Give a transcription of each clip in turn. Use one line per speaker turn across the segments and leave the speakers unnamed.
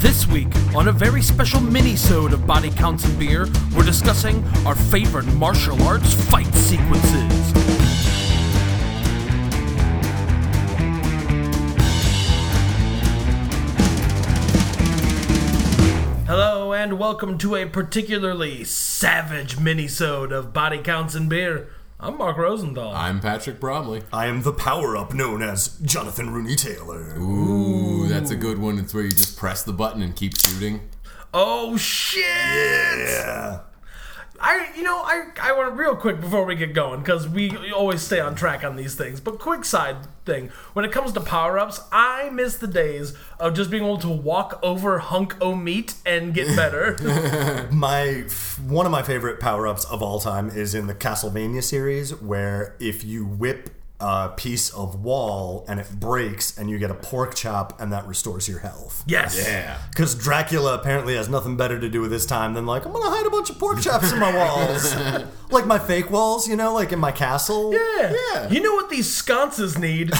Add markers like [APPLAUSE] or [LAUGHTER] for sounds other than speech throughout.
This week, on a very special mini-sode of Body Counts and Beer, we're discussing our favorite martial arts fight sequences. Hello and welcome to a particularly savage mini-sode of Body Counts and Beer. I'm Mark Rosenthal.
I'm Patrick Bromley.
I am the power up known as Jonathan Rooney Taylor.
Ooh, that's a good one. It's where you just press the button and keep shooting.
oh shit!
Yeah.
I, you know, I, I want real quick before we get going because we always stay on track on these things. But quick side thing, when it comes to power ups, I miss the days of just being able to walk over hunk o meat and get better.
My f- one of my favorite power ups of all time is in the Castlevania series, where if you whip a piece of wall and it breaks, and you get a pork chop, and that restores your health.
yes.
Because Dracula apparently has nothing better to do with his time than like I'm gonna hide a bunch of pork chops in
[LAUGHS]
my walls, like my fake walls, you know, like in my castle.
Yeah.
Yeah.
You know what these sconces need?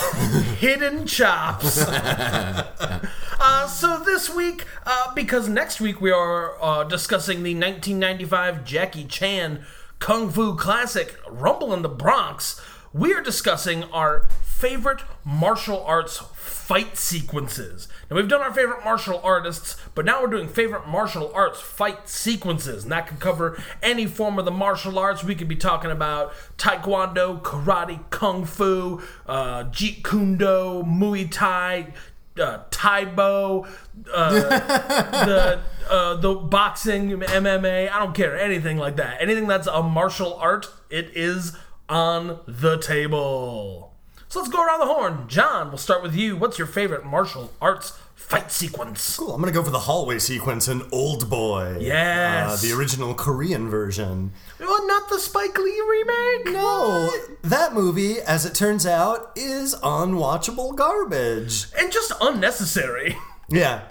Hidden chops. uh, so this week, uh, because next week we are uh, discussing the 1995 Jackie Chan Kung Fu classic Rumble in the Bronx, we are discussing our favorite martial arts fight sequences. Now we've done our favorite martial artists, but now we're doing favorite martial arts fight sequences, and that could cover any form of the martial arts. We could be talking about taekwondo, karate, kung fu, uh, jeet kune do, muay thai. Uh, Taibo, uh, the uh, the boxing, MMA, I don't care anything like that. Anything that's a martial art, it is on the table. So let's go around the horn. John, we'll start with you. What's your favorite martial arts fight sequence?
Cool. I'm gonna go for the hallway sequence in Old Boy.
Yes.
Uh, the original Korean version.
Well, not the Spike Lee remake.
No, that movie, as it turns out, is unwatchable garbage.
and just unnecessary.
Yeah.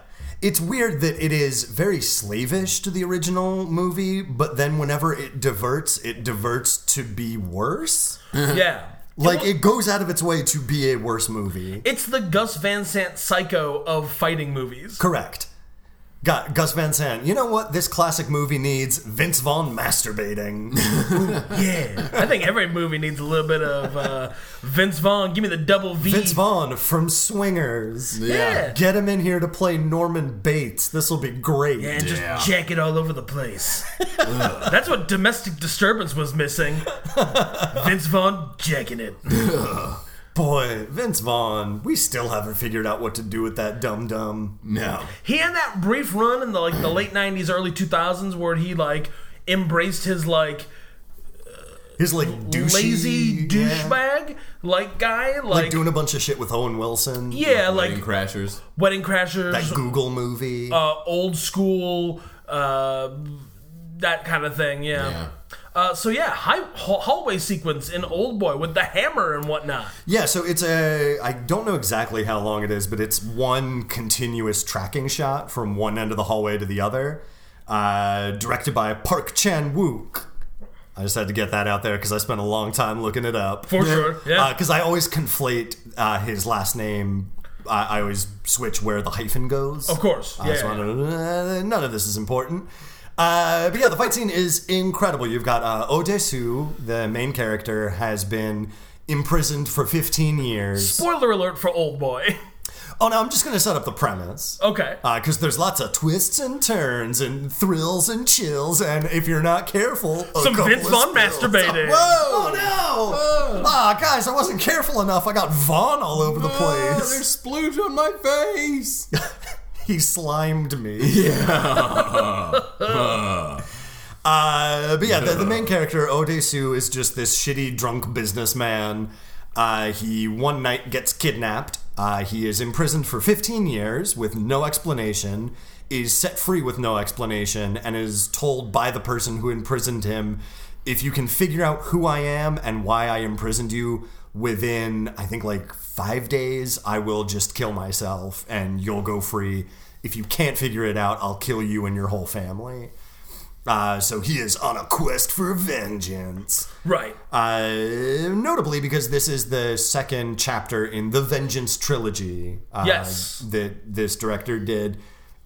It's weird that it is very slavish to the original movie, but then whenever it diverts, it diverts to be worse.
yeah,
Like, it goes out of its way to be a worse movie.
it's the Gus Van Sant psycho of fighting movies.
Correct. Got Gus Van Sant. You know what this classic movie needs? Vince Vaughn masturbating.
Yeah, I think every movie needs a little bit of uh, Vince Vaughn. Give me the double V.
Vince Vaughn from Swingers.
Yeah.
Get him in here to play Norman Bates. This will be great.
and just
Yeah.
jack it all over the place. That's what domestic disturbance was missing. Vince Vaughn jacking it.
Boy, Vince Vaughn, we still haven't figured out what to do with that dum dum.
No.
He had that brief run in the like the late '90s, early 2000s, where he like embraced his like
He's like douchey,
lazy
yeah.
douchebag like guy, like,
like doing a bunch of shit with Owen Wilson.
yeah, like
Wedding crashers.
Wedding
that
Crashers,
Google movie.
uh, old school, uh, that kind of thing. Yeah.
Yeah.
Uh, so yeah, high, ha- hallway sequence in Old Boy with the hammer and whatnot.
yeah, so it's a I don't know exactly how long it is, but it's one continuous tracking shot from one end of the hallway to the other, uh, directed by Park Chan Wook. I just had to get that out there because I spent a long time looking it up.
For sure, yeah.
Because I always conflate uh, his last name. I I always switch where the hyphen goes.
Of course,
Uh, so
yeah.
I don't- uh, none of this is important. Uh, but yeah, the fight scene is incredible. You've got uh, Odesu, the main character, has been imprisoned for 15 years.
Spoiler alert for Old Boy. [LAUGHS]
Oh no, I'm just going to set up the premise.
Okay.
Because there's lots of twists and turns and thrills and chills, and if you're not careful, a
Some
couple
Vince
of
Vaughn
spills.
masturbating.
Oh no! Ah, guys, I wasn't careful enough. I got Vaughn all over the
Oh,
place.
there's splooge on my face. [LAUGHS]
he slimed me. Yeah. uh, but yeah, the, the main character Odesu is just this shitty drunk businessman. Uh, he one night gets kidnapped. Uh, he is imprisoned for 15 years with no explanation. Is set free with no explanation and is told by the person who imprisoned him, if you can figure out who I am and why I imprisoned you within, I think like five days, I will just kill myself and you'll go free. If you can't figure it out, I'll kill you and your whole family. Uh, so he is on a quest for vengeance.
right.
Uh, notably, because this is the second chapter in the Vengeance trilogy uh,
Yes.
that this director did.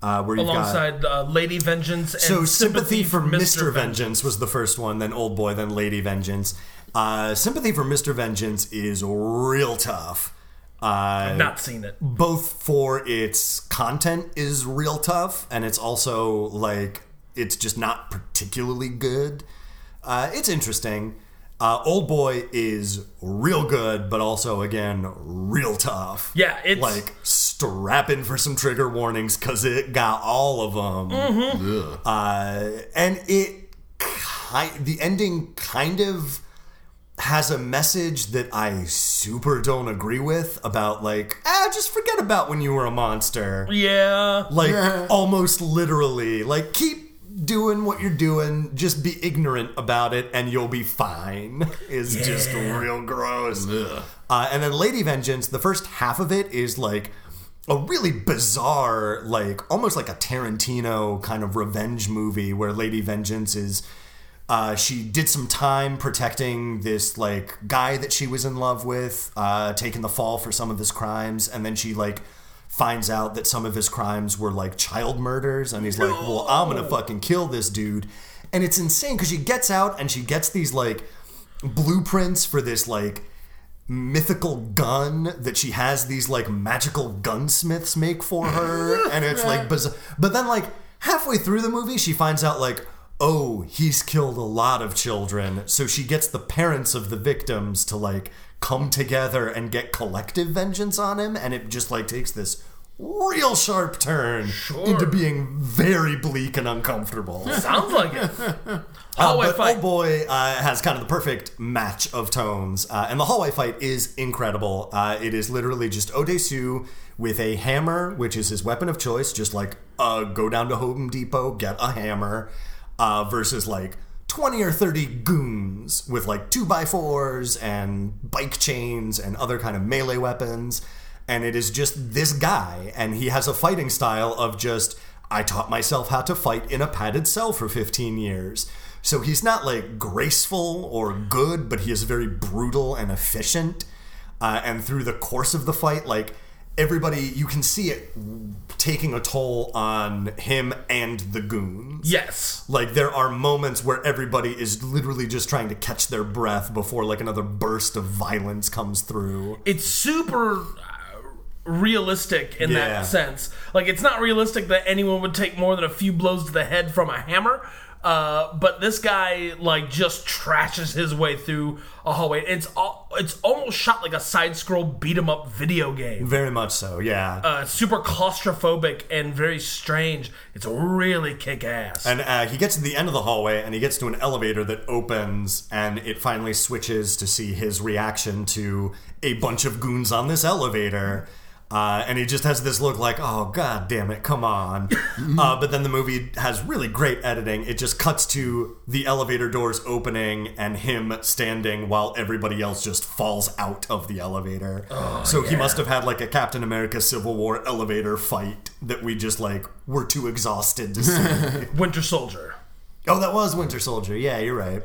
uh, where you've got
alongside uh, Lady Vengeance and
so sympathy, for Mr. Vengeance was the first one, then Old Boy, then Lady Vengeance. Uh, sympathy for Mr. Vengeance is real tough. Uh,
Not seen it.
both for its content is real tough, and it's also like it's just not particularly good. Uh, it's interesting. Uh, Old Boy is real good, but also again real tough.
Yeah, it's-
like strapping for some trigger warnings because it got all of them
Mm-hmm.
Ugh.
uh, and it ki- the ending kind of has a message that I super don't agree with about like ah just forget about when you were a monster
Yeah.
like
Yeah.
almost literally like keep doing what you're doing just be ignorant about it and you'll be fine is just real gross
Ugh.
uh, and then Lady Vengeance, the first half of it is like a really bizarre, like almost like a Tarantino kind of revenge movie where Lady Vengeance is. Uh, she did some time protecting this like guy that she was in love with, uh, taking the fall for some of his crimes, and then she like finds out that some of his crimes were like child murders, and he's like, "Well, I'm gonna fucking kill this dude," and it's insane because she gets out and she gets these like blueprints for this like mythical gun that she has these like magical gunsmiths make for her and it's like bizarre but then like halfway through the movie she finds out like oh he's killed a lot of children so she gets the parents of the victims to like come together and get collective vengeance on him and it just like takes this real sharp turn into being very bleak and uncomfortable
Sounds like
[LAUGHS]
it.
uh,
Hallway
but
fight.
Oh Boy uh, has kind of the perfect match of tones. Uh, and the hallway fight is incredible. Uh, it is literally just Odesu with a hammer, which is his weapon of choice, just like uh, go down to Home Depot, get a hammer, uh, versus like 20 or 30 goons with like 2x4s and bike chains and other kind of melee weapons and it is just this guy and he has a fighting style of just i taught myself how to fight in a padded cell for 15 years so he's not like graceful or good but he is very brutal and efficient uh, and through the course of the fight like everybody you can see it taking a toll on him and the goons
Yes.
like there are moments where everybody is literally just trying to catch their breath before like another burst of violence comes through
It's super uh, realistic in
Yeah.
that sense. Like, it's not realistic that anyone would take more than a few blows to the head from a hammer. Uh, but this guy like just trashes his way through a hallway. It's all, it's almost shot like a side scroll beat 'em up video game.
Very much so, yeah.
uh, super claustrophobic and very strange. It's really kick ass.
and uh, he gets to the end of the hallway and he gets to an elevator that opens and it finally switches to see his reaction to a bunch of goons on this elevator. Uh, and he just has this look like, oh, god damn it, come on. uh, but then the movie has really great editing. It just cuts to the elevator doors opening and him standing while everybody else just falls out of the elevator. so he must have had like a Captain America Civil War elevator fight that we just like were too exhausted to see.
Winter Soldier.
Oh, that was Winter Soldier. Yeah, you're right.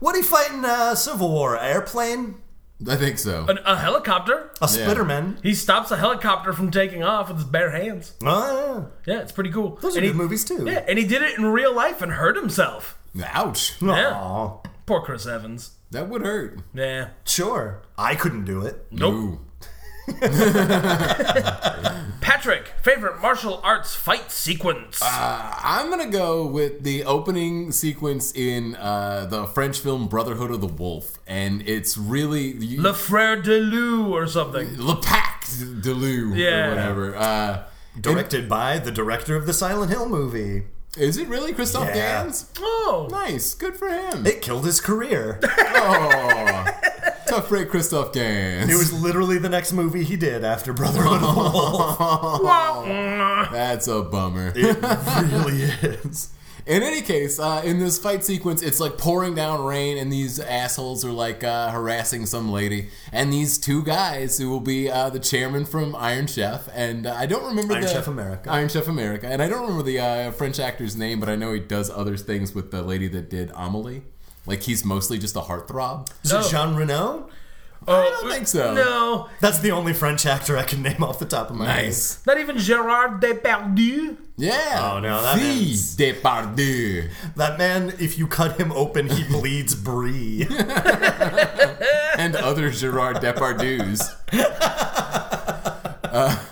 What he fight in uh, Civil War? Airplane?
I think so.
An, a helicopter.
A Spiderman?
He stops a helicopter from taking off with his bare hands.
Oh, yeah.
Yeah, it's pretty cool.
Those are
and
good
he,
movies too.
Yeah, and he did it in real life and hurt himself.
Ouch.
Yeah.
Aw,
Poor Chris Evans.
That would hurt.
Yeah.
sure. I couldn't do it.
Nope.
Ooh.
Patrick, favorite martial arts fight sequence.
Uh, I'm gonna go with the opening sequence in uh, the French film Brotherhood of the Wolf, and it's really you,
Le Frere de Lou or something.
Le Pacte de Loup
Yeah.
or whatever. Uh,
Directed by the director of the Silent Hill movie.
is it really Christoph
Yeah.
Gans?
Oh.
Nice, good for him.
It killed his career. it
oh, tough break, Christoph
[LAUGHS]
Gans.
was literally the next movie he did after Brotherhood of the Wolf.
That's a bummer.
It really is.
In any case, uh, in this fight sequence, it's like pouring down rain, and these assholes are like uh, harassing some lady, and these two guys who will be uh, the chairman from Iron Chef, and uh, I don't remember
Iron
the
Chef America.
Iron Chef America, and I don't remember the uh, French actor's name, but I know he does other things with the lady that did Amelie. Like he's mostly just a heartthrob.
Is
No.
it Jean Reno?
I don't think so.
Uh, No,
That's the only French actor I can name off the top of my
Nice.
not even Gerard Depardieu.
Yeah.
Oh, no, that
the
man's-
Depardieu.
head. That man, if you cut him open, he bleeds brie.
and other Gerard Depardieu's. Uh,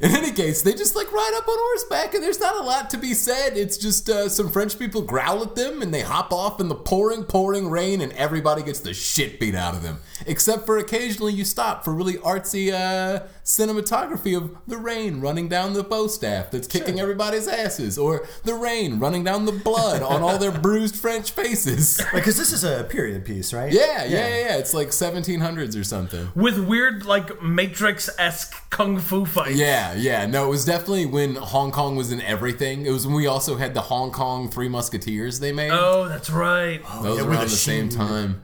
in any case, they just like ride up on horseback, and there's not a lot to be said. It's just uh, some French people growl at them, and they hop off in the pouring, pouring rain, and everybody gets the shit beat out of them. Except for occasionally you stop for really artsy uh, cinematography of the rain running down the bow staff that's kicking everybody's asses, or the rain running down the blood on all their bruised French faces.
Because this is a period piece, right?
Yeah, yeah, yeah, yeah. It's like 1700s or something.
With weird, like Matrix esque kung fu fights.
Yeah, yeah. No, it was definitely when Hong Kong was in everything. It was when we also had the Hong Kong Three Musketeers they made.
Oh, that's right.
Those
yeah,
were
with
around
the
the same
sheen.
time.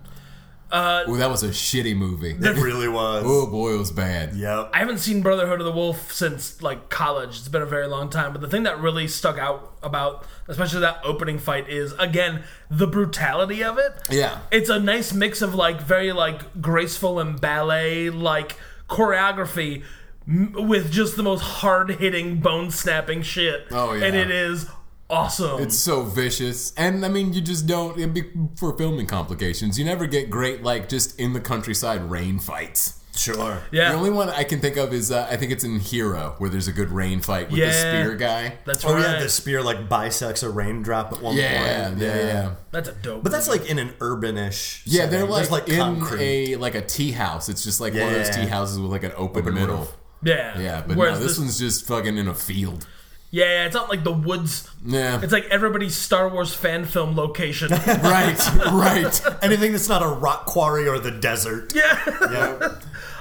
Uh, Ooh, that was a shitty movie.
It really was.
oh boy, it was bad.
Yep.
I haven't seen Brotherhood of the Wolf since like college. It's been a very long time. But the thing that really stuck out about, especially that opening fight, is again the brutality of it.
Yeah.
it's a nice mix of like very like graceful and ballet like choreography m- with just the most hard hitting, bone snapping shit.
Oh, yeah.
and it is awesome.
It's so vicious, and I mean, you just don't. It'd be for filming complications. You never get great like just in the countryside rain fights.
Sure.
yeah,
The only one I can think of is uh, I think it's in Hero where there's a good rain fight with the
Yeah.
spear guy.
that's
Oh
right.
yeah, the spear like bisects a raindrop at one
yeah,
point.
yeah, yeah.
that's a dope.
But that's like in an urbanish.
Yeah, they're
setting. There's,
like, in
concrete.
a like a tea house. It's just like one of those
Yeah.
tea houses with like an open, middle.
roof.
yeah,
Yeah, but no, this, one's just fucking in a field.
yeah, it's not like the woods.
Yeah,
It's like everybody's Star Wars fan film
[LAUGHS]
location.
right, right.
[LAUGHS]
Anything that's not a rock quarry or the desert.
yeah.
Yeah.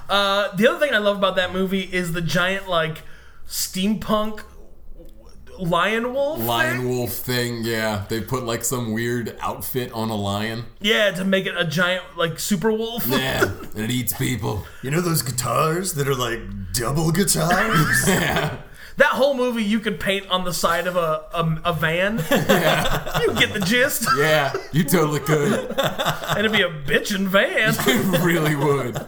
Uh, the other thing I love about that movie is the giant like steampunk lion wolf. thing.
Lion wolf thing. Yeah, they put like some weird outfit on
[LAUGHS]
a lion.
Yeah, to make it a giant like super wolf.
Yeah, and it eats people. [LAUGHS]
You know those guitars that are like
[LAUGHS]
double guitars?
That whole movie you could paint on the side of a a, a van. you get the gist,
Yeah, you totally could. [LAUGHS]
and it'd be a bitchin' van.
It really would.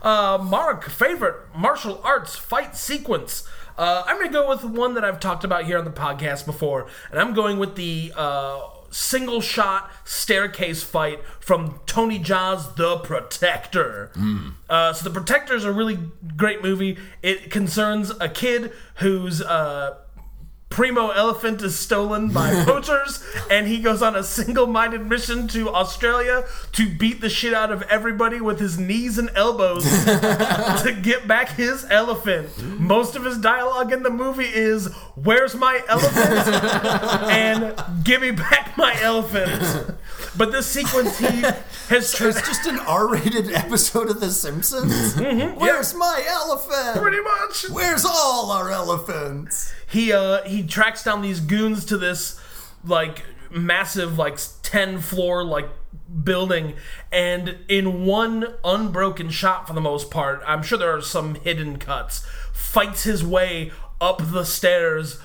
Uh, Mark, favorite martial arts fight sequence. Uh, I'm gonna go with one that I've talked about here on the podcast before, and I'm going with the uh, single shot staircase fight from Tony Jaa's The Protector. Uh, so, The Protector is a really great movie. It concerns a kid who's. Uh, Primo Elephant is stolen by poachers, and he goes on a single minded mission to Australia to beat the shit out of everybody with his knees and elbows to get back his elephant. Most of his dialogue in the movie is, Where's my elephant? and Give me back my elephant. But this sequence, he has. Tra-
There's just an R-rated episode of The Simpsons.
Mm-hmm.
Where's my elephant?
pretty much.
Where's all our elephants?
he uh he tracks down these goons to this like massive like 10 floor like building and in one unbroken shot for the most part i'm sure there are some hidden cuts fights his way up the stairs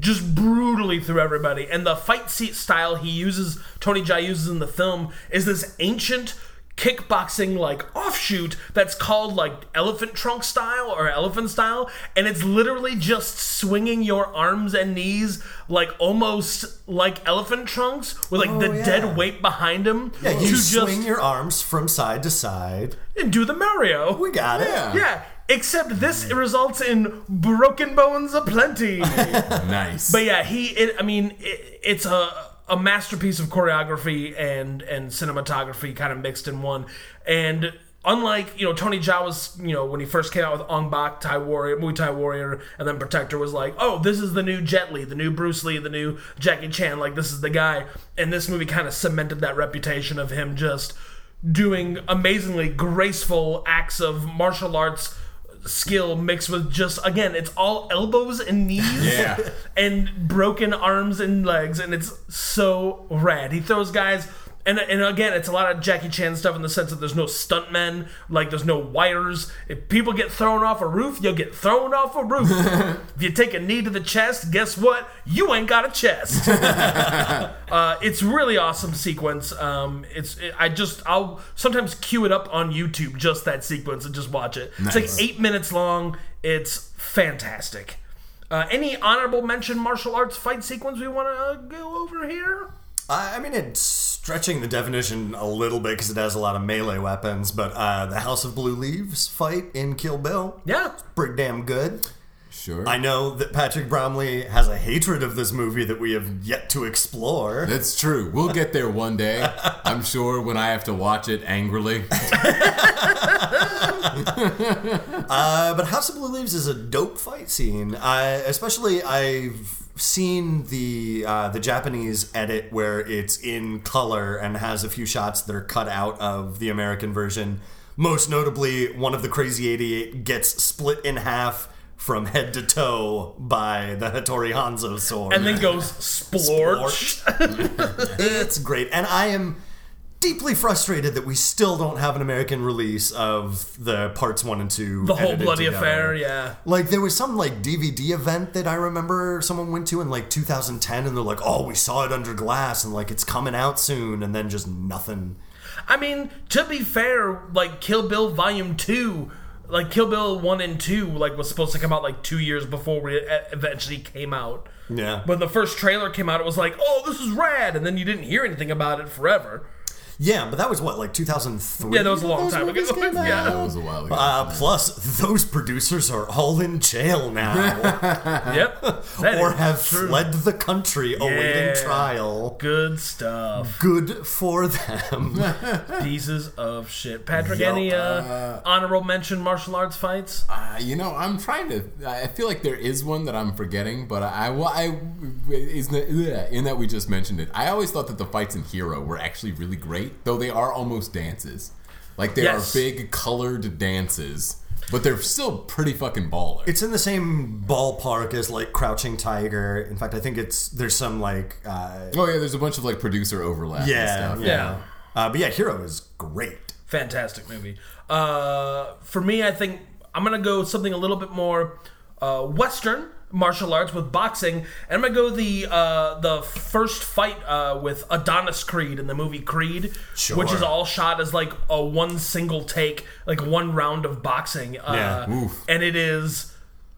just brutally through everybody and the fight seat style he uses tony jai uses in the film is this ancient kickboxing like offshoot that's called like elephant trunk style or elephant style and it's literally just swinging your arms and knees like almost like elephant trunks with like the
Oh, yeah.
dead weight behind him
Yeah,
to
you swing your arms from side to side.
and do the mario
We got
Yeah.
it.
yeah except this results in broken bones
[LAUGHS]
aplenty
Nice.
But yeah, he. It, I mean, it, it's a a masterpiece of choreography and and cinematography kind of mixed in one. And unlike you know Tony Jaa was you know when he first came out with Ong Bak Thai Warrior, Muay Thai Warrior, and then Protector was like, oh, this is the new Jet Li, the new Bruce Lee, the new Jackie Chan. Like this is the guy. And this movie kind of cemented that reputation of him just doing amazingly graceful acts of martial arts skill mixed with just again it's all elbows and [LAUGHS] knees
Yeah.
and broken arms and legs, and it's so rad. He throws guys. And and again, it's a lot of Jackie Chan stuff in the sense that there's no stuntmen, like there's no wires. If people get thrown off a roof, you'll get thrown off a roof. if you take a knee to the chest, guess what? You ain't got a chest. uh, it's really awesome sequence. Um, it's it, I just I'll sometimes queue it up on YouTube just that sequence and just watch it. It's
Nice.
like eight minutes long. It's fantastic. Uh, any honorable mention martial arts fight sequence we want to uh, go over here?
I I mean, it's stretching the definition a little bit because it has a lot of melee weapons, but uh, the House of Blue Leaves fight in Kill Bill,
Yeah.
pretty damn good.
Sure.
I know that Patrick Bromley has a hatred of this movie that we have yet to explore.
That's true. We'll get there one
[LAUGHS]
day. I'm sure when I have to watch it angrily.
Uh, but House of Blue Leaves is a dope fight scene. Uh, especially, I've seen the uh, the Japanese edit where it's in color and has a few shots that are cut out of the American version. Most notably, one of the Crazy 88 gets split in half from head to toe by the Hattori Hanzo sword.
And then goes splorch.
[LAUGHS] it's great. And I am deeply frustrated that we still don't have an American release of the parts one and two.
The whole
edited
bloody
together.
affair, yeah.
Like there was some like DVD event that I remember someone went to in like 2010 and they're like, "Oh, we saw it under glass and like it's coming out soon." And then just nothing.
I mean, to be fair, like Kill Bill Volume Two, like Kill Bill One and Two, like was supposed to come out like two years before we e- eventually came out.
Yeah.
When the first trailer came out, it was like, "Oh, this is rad," and then you didn't hear anything about it forever.
Yeah, but that was what like 2003.
Yeah, that was a long time ago.
movies came out?
[LAUGHS] yeah.
That was a while ago.
Uh, plus, those producers are all in jail now, [LAUGHS]
Yep. [LAUGHS] That
or
is
have
true.
fled the country awaiting
Yeah.
trial.
Good stuff.
good for them.
Pieces of shit. Patrick,
Yo,
any uh, honorable mention martial arts fights?
Uh, you know, I'm trying to. I feel like there is one that I'm forgetting, but I, well, I isn't it, ugh, in that we just mentioned it. I always thought that the fights in Hero were actually really great, though they are almost dances. Like they
Yes.
are big colored dances, but they're still pretty fucking baller.
It's in the same ballpark as like Crouching Tiger. In fact, I think it's there's some like uh,
oh yeah, there's a bunch of like producer overlap.
yeah,
and stuff.
yeah. Uh, but yeah, Hero is great.
fantastic movie. Uh, for me, I think I'm gonna go something a little bit more uh, Western martial arts with boxing, and I'm gonna go the uh, the first fight uh, with Adonis Creed in the movie Creed, which is
Sure.
all shot as like a one single take, like one round of boxing. Uh,
Yeah.
and it is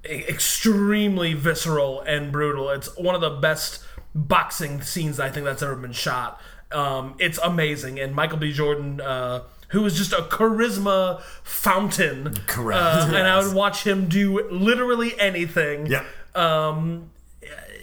e- extremely visceral and brutal. It's one of the best boxing scenes I think that's ever been shot. Um, it's amazing, and Michael B. Jordan, uh, who is just a charisma fountain,
Correct.
uh, And I
Yes.
would watch him do literally anything.
Yeah.
Um,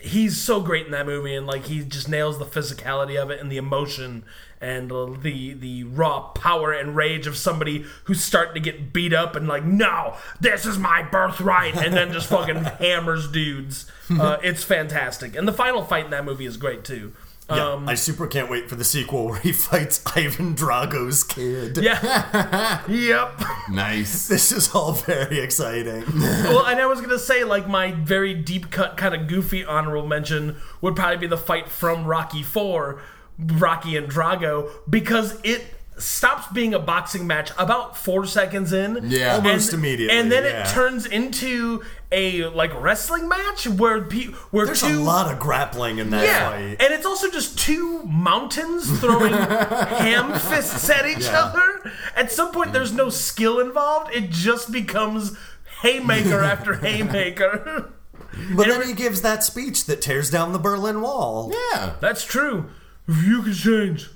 he's so great in that movie, and like he just nails the physicality of it and the emotion and uh, the the raw power and rage of somebody who's starting to get beat up and like, no, this is my birthright, and then just fucking hammers dudes. Uh, it's fantastic, and the final fight in that movie is great too.
Yeah,
Um,
I super can't wait for the sequel where he fights [LAUGHS] Ivan Drago's kid.
yeah. yep. [LAUGHS]
nice.
This is all very exciting.
well, and I was gonna say like my very deep cut, kind of goofy honorable mention would probably be the fight from Rocky Four, Rocky and Drago, because it stops being a boxing match about four seconds in.
Yeah.
And-
Almost immediately,
And then
yeah.
it turns into a like wrestling match where pe- where
There's
two
a lot of grappling in that
yeah,
fight.
and it's also just two mountains
[LAUGHS]
throwing ham fists at each
Yeah.
other. At some point, there's no skill involved. It just becomes
[LAUGHS]
haymaker after haymaker. [LAUGHS]
but then he gives that speech that tears down the Berlin Wall.
Yeah.
That's true. If you could change,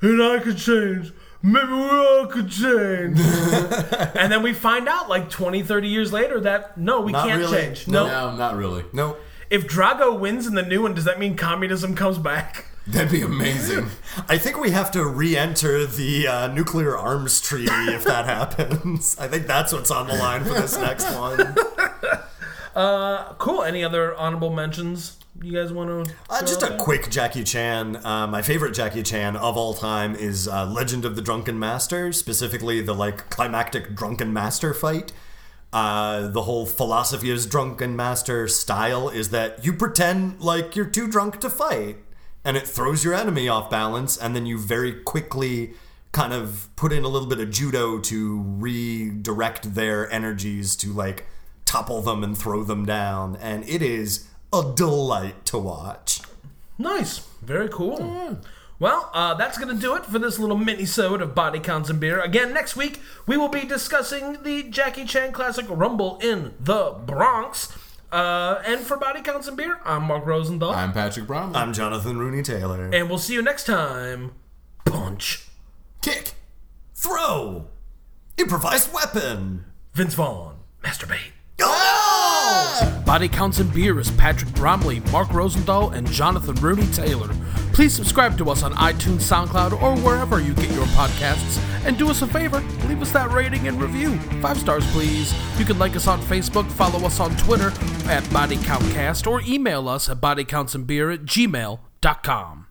and I could change, maybe we all could
[LAUGHS]
change. and then we find out, like 20, 30 years later, that no, we
Not
can't
really.
change.
No.
No.
No, not really.
No,
If Drago wins in the new one, does that mean communism comes back?
That'd be amazing.
[LAUGHS]
I think we have to re-enter the uh, nuclear arms treaty if that [LAUGHS] happens. I think that's what's on the line for this next one.
Cool. Any other honorable mentions you guys want to?
Uh, just a quick Jackie Chan. Uh, my favorite Jackie Chan of all time is uh, Legend of the Drunken Master, specifically the like climactic Drunken Master fight. Uh, the whole philosophy of Drunken Master style is that you pretend like you're too drunk to fight. and it throws your enemy off balance, and then you very quickly kind of put in a little bit of judo to redirect their energies to like topple them and throw them down. And it is a delight to watch.
Nice. Very cool. Well, uh, that's going to do it for this little mini-sode of Body Counts and Beer. Again, next week, we will be discussing the Jackie Chan classic Rumble in the Bronx. Uh, and for Body Counts and Beer, I'm Mark Rosenthal.
I'm Patrick Bromley.
I'm Jonathan Rooney Taylor.
and we'll see you next time. Punch.
Kick.
throw! Improvised weapon!
Vince Vaughn. Masturbate.
Oh!
Body Counts and Beer is Patrick Bromley, Mark Rosendahl, and Jonathan Rooney Taylor. Please subscribe to us on iTunes, SoundCloud, or wherever you get your podcasts. And do us a favor, leave us that rating and review. Five stars, please. You can like us on Facebook, follow us on Twitter at Body Count Cast, or email us at bodycountsandbeer at gmail.com.